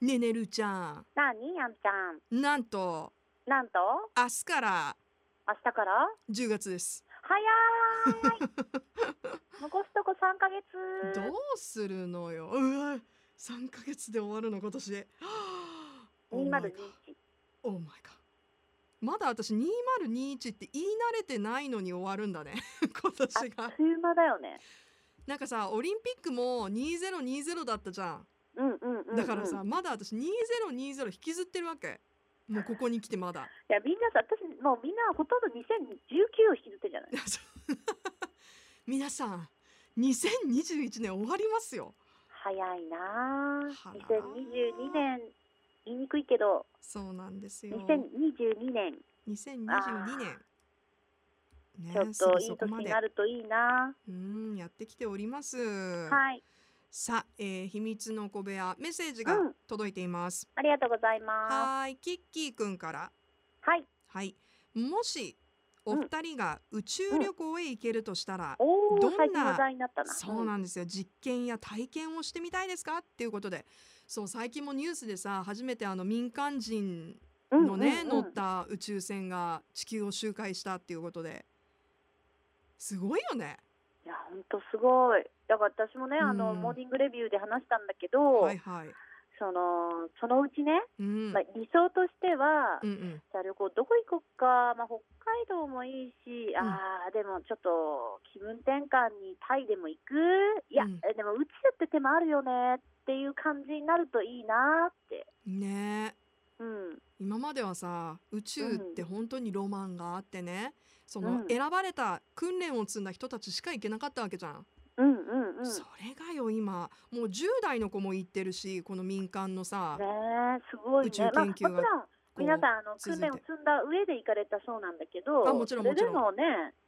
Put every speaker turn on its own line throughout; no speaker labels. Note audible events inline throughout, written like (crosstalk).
ねえねるちゃ
なあにやんちゃん。
んなんと
なんと、
明日から
明日から
10月です (laughs)
早ーい。残すとこ三ヶ月。
どうするのようわ3ヶ月で終わるの今年 (gasps) で
二
マ
丸
イ
二一。
オーマイガまだ私2021って言い慣れてないのに終わるんだね (laughs) 今
あ
年
っ
が
という間だよね。
なんかさオリンピックも2020だったじゃん
うんうんうん、うん。
だからさ、。まだ私2020引きずってるわけもうここに来てまだ (laughs)
いや、みんなさ、私、もうみんなほとんど二千十九を引きずってんじゃない。
皆さん2021年終わりますよ
早いな
は
あ。
ら
二千二十二年。言いにくいけど、
そうなんですよ
二千二十二年、
2022年ね
ちょっ
すぐ
とい
そこ
い年
ま
に
で
なるといいな。
うんやってきております、
はい、
さあ、えー秘密の小部屋メッセージが
うん
届いています、
ありがとうございます。
はーいキッキーくんから
はい、
はいもしお二人が宇宙旅行へ行けるとしたら、
お
どんな
お、最近話題になったな。
そうなんですよ実験や体験をしてみたいですかっていうことでそう最近もニュースでさ初めてあの民間人
うん
のね、
うんうんうん
乗った宇宙船が地球を周回したっていうことですごいよね
いや本当すごいだから私もねあの、
うん
モーニングレビューで話したんだけど、
はいはい
そのそのうちね、
うん、
まあ、理想としては、
うんうん
じゃあ旅行どこ行こっか、まあ、北海道もいいし、
ん
あーでもちょっと気分転換にタイでも行くいや、
うん
えでも宇宙って手もあるよねっていう感じになるといいなって
ねえ
うん
今まではさ宇宙って本当にロマンがあってね、そうの
ん
選ばれた訓練を積んだ人たちしか行けなかったわけじゃん、
うんうんうん
それがよ今もう10代の子も行ってるしこの民間のさ、
ねえすごい
宇宙
ね、まあ、も
研
ち
究が
ろん
こう
皆さんあの
続い
訓
て
練を積んだ上で行かれたそうなんだけど
あもちろんもちろん
それでもね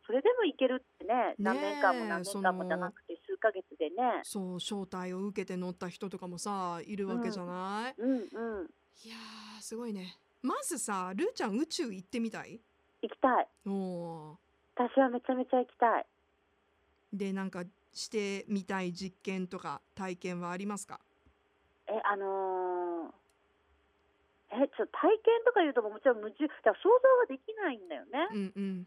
それでも行けるってね
え
何年間も何年間も
その
じゃなくて数ヶ月でね
そう招待を受けて乗った人とかもさいるわけじゃない、
うんうん
いやーすごいねまずさルーちゃん宇宙行ってみたい
行きたい
おー
私はめちゃめちゃ行きたい
でなんかしてみたい実験とか体験はありますか
えあのーえちょっと体験とか言うともちろん夢中だから想像ができないんだよね
うんうん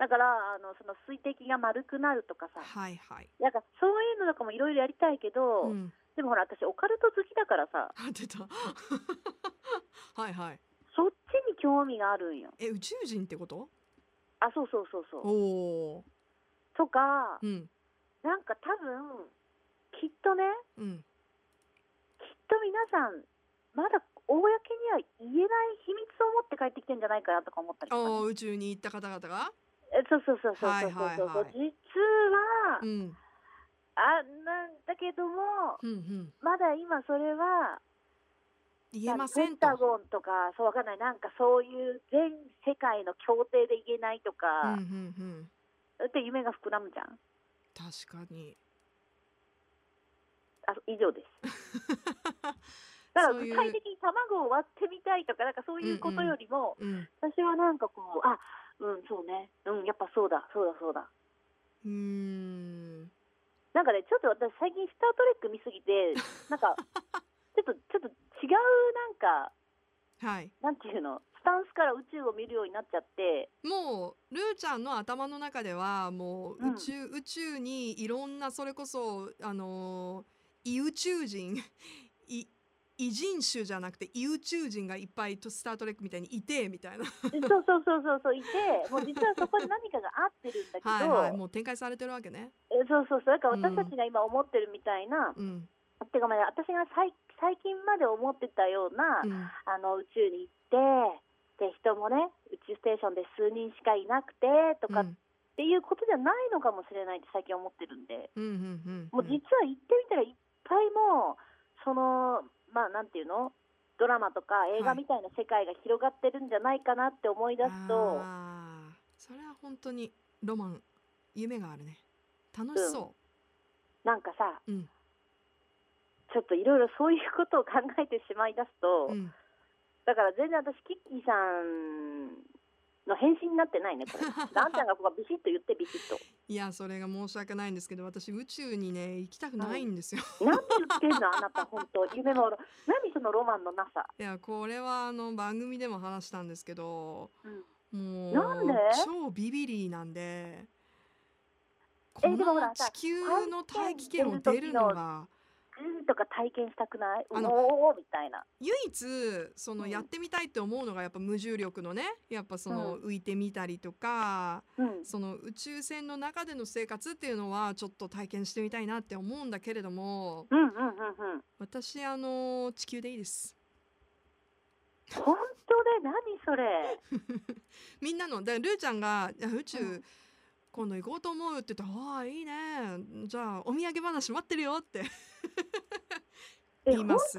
だからあのその水滴が丸くなるとかさ
はいはい、
なんかそういうのとかもいろいろやりたいけど、
うん、
でもほら私オカルト好きだからさ
あ出た (laughs) はいはい
そっちに興味があるんよ
え宇宙人ってこと
あそうそうそうそう
おお
とか
ー、うん
なんか多分きっとね
うん
きっと皆さんまだ公には言えない秘密を持って帰ってきてんじゃないかなとか思ったり
あ
とか
ー
ね
宇宙に行った方々が
えそうそうそうそう
はい
そ
は
う
いはい
そうそう実は、
うん
あなんだけども
うんうん
まだ今それは
言えませ
ペ
ん
ン
と
タゴンとかそうわかんないなんかそういう全世界の協定で言えないと
うんう
か、
んうん
って夢が膨らむじゃん
確かに (laughs)
あ以上ですだから
そう
具
いう
体的に卵を割ってみたいとかなんかそういうことよりも、
うん
私はなんかこうあうんそうねうんやっぱそうだそうだそうだ
うーん
なんかねちょっと私最近「スター・トレック」見す
(laughs)
ぎてなんかちょっとちょっと違うなんか
はい
なんていうのスタンスから宇宙を見るようになっちゃって
もうルーちゃんの頭の中ではもう
うん
宇宙、宇宙にいろんなそれこそあのー異宇宙人 (laughs) 異異人種じゃなくて異宇宙人がいっぱいとスター・トレックみたいにいてみたいな
でそうそうそうそうそういてもう実はそこに何かが合ってるんだけど
はいはいもう展開されてるわけね
えそうそうそうだから私たちが今思ってるみたいな、
うん
てかまあ私が最最近まで思ってたような、
うん
あの宇宙に行ってで人もね宇宙ステーションで数人しかいなくてと
う
かっ
ん
ていうことじゃないのかもしれないって最近思ってるんで、
うんうんうん
もう実は行ってみたらいっぱいもうそのまあなんていうのドラマとか映
は
画
い
みたいな世界が広がってるんじゃないかなって思い出すと、
あーそれは本当にロマン夢があるね楽しそ
なんかさ、
うん
ちょっといろいろそういうことを考えてしまいだす
う、
と、
うん
だから全然私キッキーさんの返信になってないね
(laughs)
これあんちゃんがここはビシッと言ってビシッと
いやそれが申し訳ないんですけど私宇宙にね行きたくないんですよ、
何言ってんのあなた本当夢のロ何そのロマンのなさ
いやこれはあの番組でも話したんですけど
うん
もう
なんで
超ビビリなんでこ
えでもほら
の
さ
地球の大気圏を出るのが
グーとか体験したくない
あ
う
の
おーみたいな
唯一そうの
ん
やってみたいって思うのがやっぱ無重力のねやっぱその浮いてみたりとか
うん
その宇宙船の中での生活っていうのはちょっと体験してみたいなって思うんだけれども
うんうんうんうん
私あの地球でいいです
本当で何それ
みんなのだからルーちゃんがいや宇宙、
うん
今度行こうと思うって言ってああいいねじゃあお土産話待ってるよって (laughs)
え
言います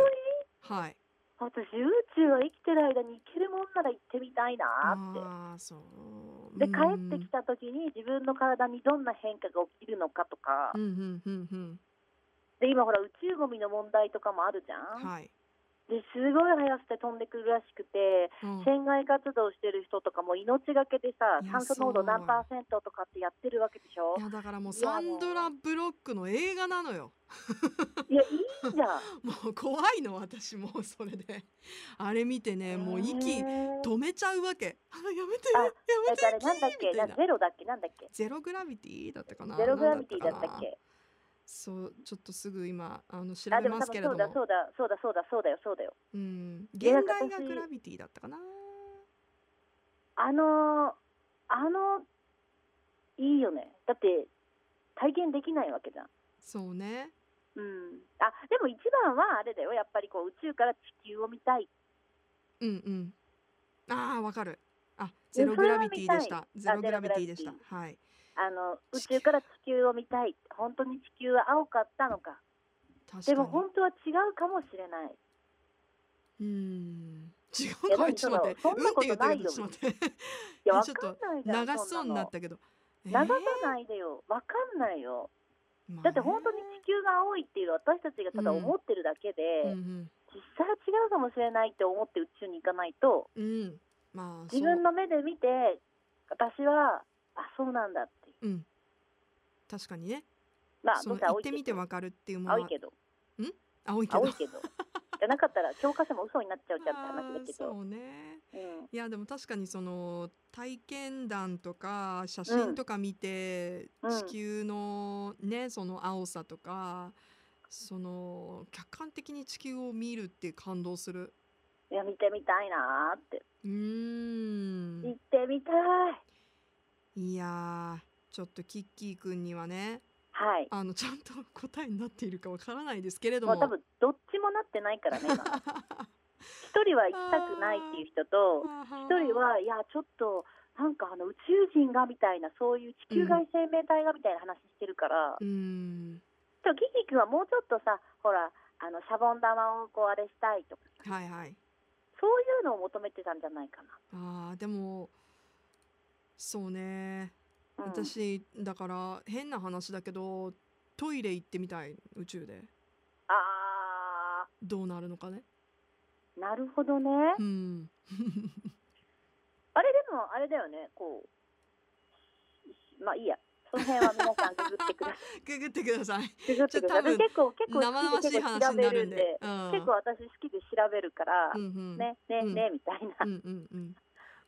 本
はい
当私宇宙は生きてる間に行けるもんなら行ってみたいなって
あーそう
で
うん
帰ってきた時に自分の体にどんな変化が起きるのかとか、
うんうんうんうん
で今ほら宇宙ゴミの問題とかもあるじゃん、
はい、
ですごい速さで飛んでくるらしくて
うん
船外活動してる人とかも命がけでさ
いや
炭素濃度何パーセントとかってやってるわけでしょ
いやだからもう
いや
サンドラ・ブロックの映画なのよ (laughs)
いやいいじゃん
もう怖いの私もうそれで (laughs) あれ見てねもう
へ
息
ー
止めちゃうわけあやめて
あ
や
え
め
ってとあれなんだっ
み
け
た
ない
な
ゼロだっけなんだっけ
ゼログラビティだったかな
ゼログラビティだっ
なん
たっけ
そうちょっとすぐ今あの調
あ
べ
でも
ま
多
すけ
分
れど
そう
も
だそうだそうだそうだそうだよそうだよ
うん現
いや
代
なんか
が
私
グラビティだったかな
あのーあのいいよねだって体験できないわけじゃん
そうね
うん、あでも一番はあれだよやっぱりこう宇宙から地球を見たい
うんうんああわかるあ
そ
ゼ
れ
ロ
は
グラビティでした
見
ゼ
た
ロ
い
グラビティでし
あゼログラビティ
たはい
あの宇
地球
宙から地球を見たい本当に地球は青かったのか
確か
で
に
も本当は違うかもしれない
うん違
いうや
かい
でも
ちょっと待って
その
うんって言ったけ
そん
どちょ
なことないよ
っと待って
いや
いや
わ
ち
か
ょっと
んないじゃん
流しそうになっ
そ
たけどえー
んなの流さないでよわかんないよ
まあ
だって本当に地球が青いっていうのは私たちがただ
うん
思ってるだけで、
うん
実際は違うかもしれないって思って宇宙に行かないと
うんうんまあ
自分
の
の目で見て私はあそうなんだって
う
いう
ん確かにね
まあ
その
どうせ青
行っ
いけ
て
ど
みてわかるっていうもの
青い
は
けど
青いけど
青いけど。じゃなかったら教科書も嘘になっちゃうじゃんって話だ
あー
けど。
そうね
うん
いやでも確かにその体験談とか写真とか見て、
うん
地球のねその青さとかその客観的に地球を見るって感動する
いや見てみたいなーって。
うー
行
ん
ってみたい。
いやーちょっとキッキーくんにはね
はい。
あのちゃんと答えになっているかわからないですけれど
も
も
う多分どっちもなってないから
(laughs)
ね。今一人は行きたくないっていう人と、一人はいやちょっとなんかあの宇宙人がみたいなそういう地球外生命体がみたいな話してるから。
うーん
でもキキ君はもうちょっとさ、ほらあのシャボン玉をこうあれしたいとかさ、
はいはい
そういうのを求めてたんじゃないか
あーでもそうね
な。うん、
私だから変な話だけどトイレ行ってみたい宇宙で
あ
どうなるのかね
ーなるほどね。
うん
あれでもあれだよね、こう、まあいいや、その辺は皆さんググってくださ
(laughs)
い。
ググってください
ググっ
ちょ
てくださ
っと多分
い。結構結構
生
好
々
き
し
で
い
結構
話
調
に
べ
な
る
るん
んで、
で、うん、
結構私好きで調べるから、
うんうん、
ねね
うん
ねみたいな、
うんうんうん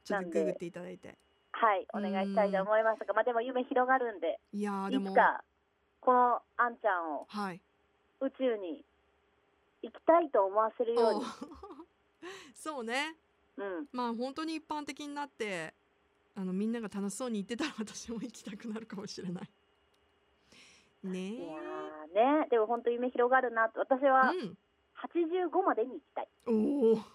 ちょっとググっていただいて
はいお願いしたいと思いますが、まあでも夢広がるんで、
いやーで
い
も
つかこのあんちゃんを
はい
宇宙に行きたいと思わせるよう
お
に
う、 (laughs) そうね
うん、
まあ本当に一般的になってあのみんなが楽しそうに言ってたら私も行きたくなるかもしれないね
いやーね、でも本当夢広がるなと、私は
えうん
85までに行きたい。
おお (laughs)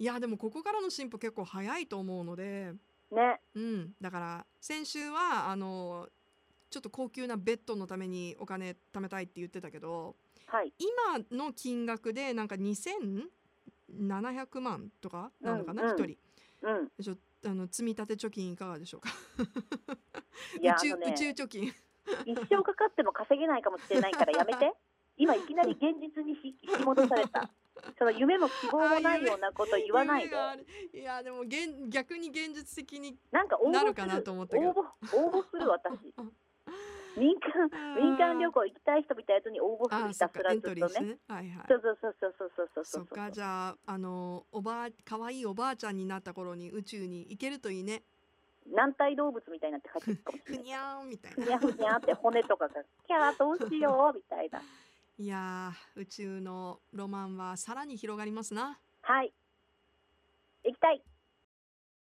いやでもここからの進歩結構早いと思うので、
ね、
うん、だから先週はあのちょっと高級なベッドのためにお金貯めたいって言ってたけど
はい、
今の金額でなんか2700万とかなのかな
う
一、
んうん
人
うん、
ちょあの積み立て貯金いかがでしょうか
いや
宇宙、
あのね
宇宙貯金
一生
(laughs)
かかっても稼げないかもしれないからやめて今いきなり現実にひ引き戻されたその夢も希望もないようなこと言わない
夢
で
があるいやでも現逆に現実的に
なんか応
(laughs) な
募
る
す
か
る
なと思ったけど
応募応募する私
(laughs)
民間民間旅行行きたい人みたいなやつに応募す
あ
る
ー
ひ
そ
た
っ
す
からエ
ず
ント
っとね
リーしてねはいはい
そうそうそうそうそうそう
そ
そう
っ
そう
かじゃああのおばあかわいいおばあちゃんになった頃に宇宙に行けるといいね
軟体動物みたいになって帰ってくるかもし
ふ
れない
にゃーんみたい
ふ
な
にゃふにゃって骨とかがキャーどうしようみたいない
やー宇宙のロマンはさらに広がりますな
はい行きたい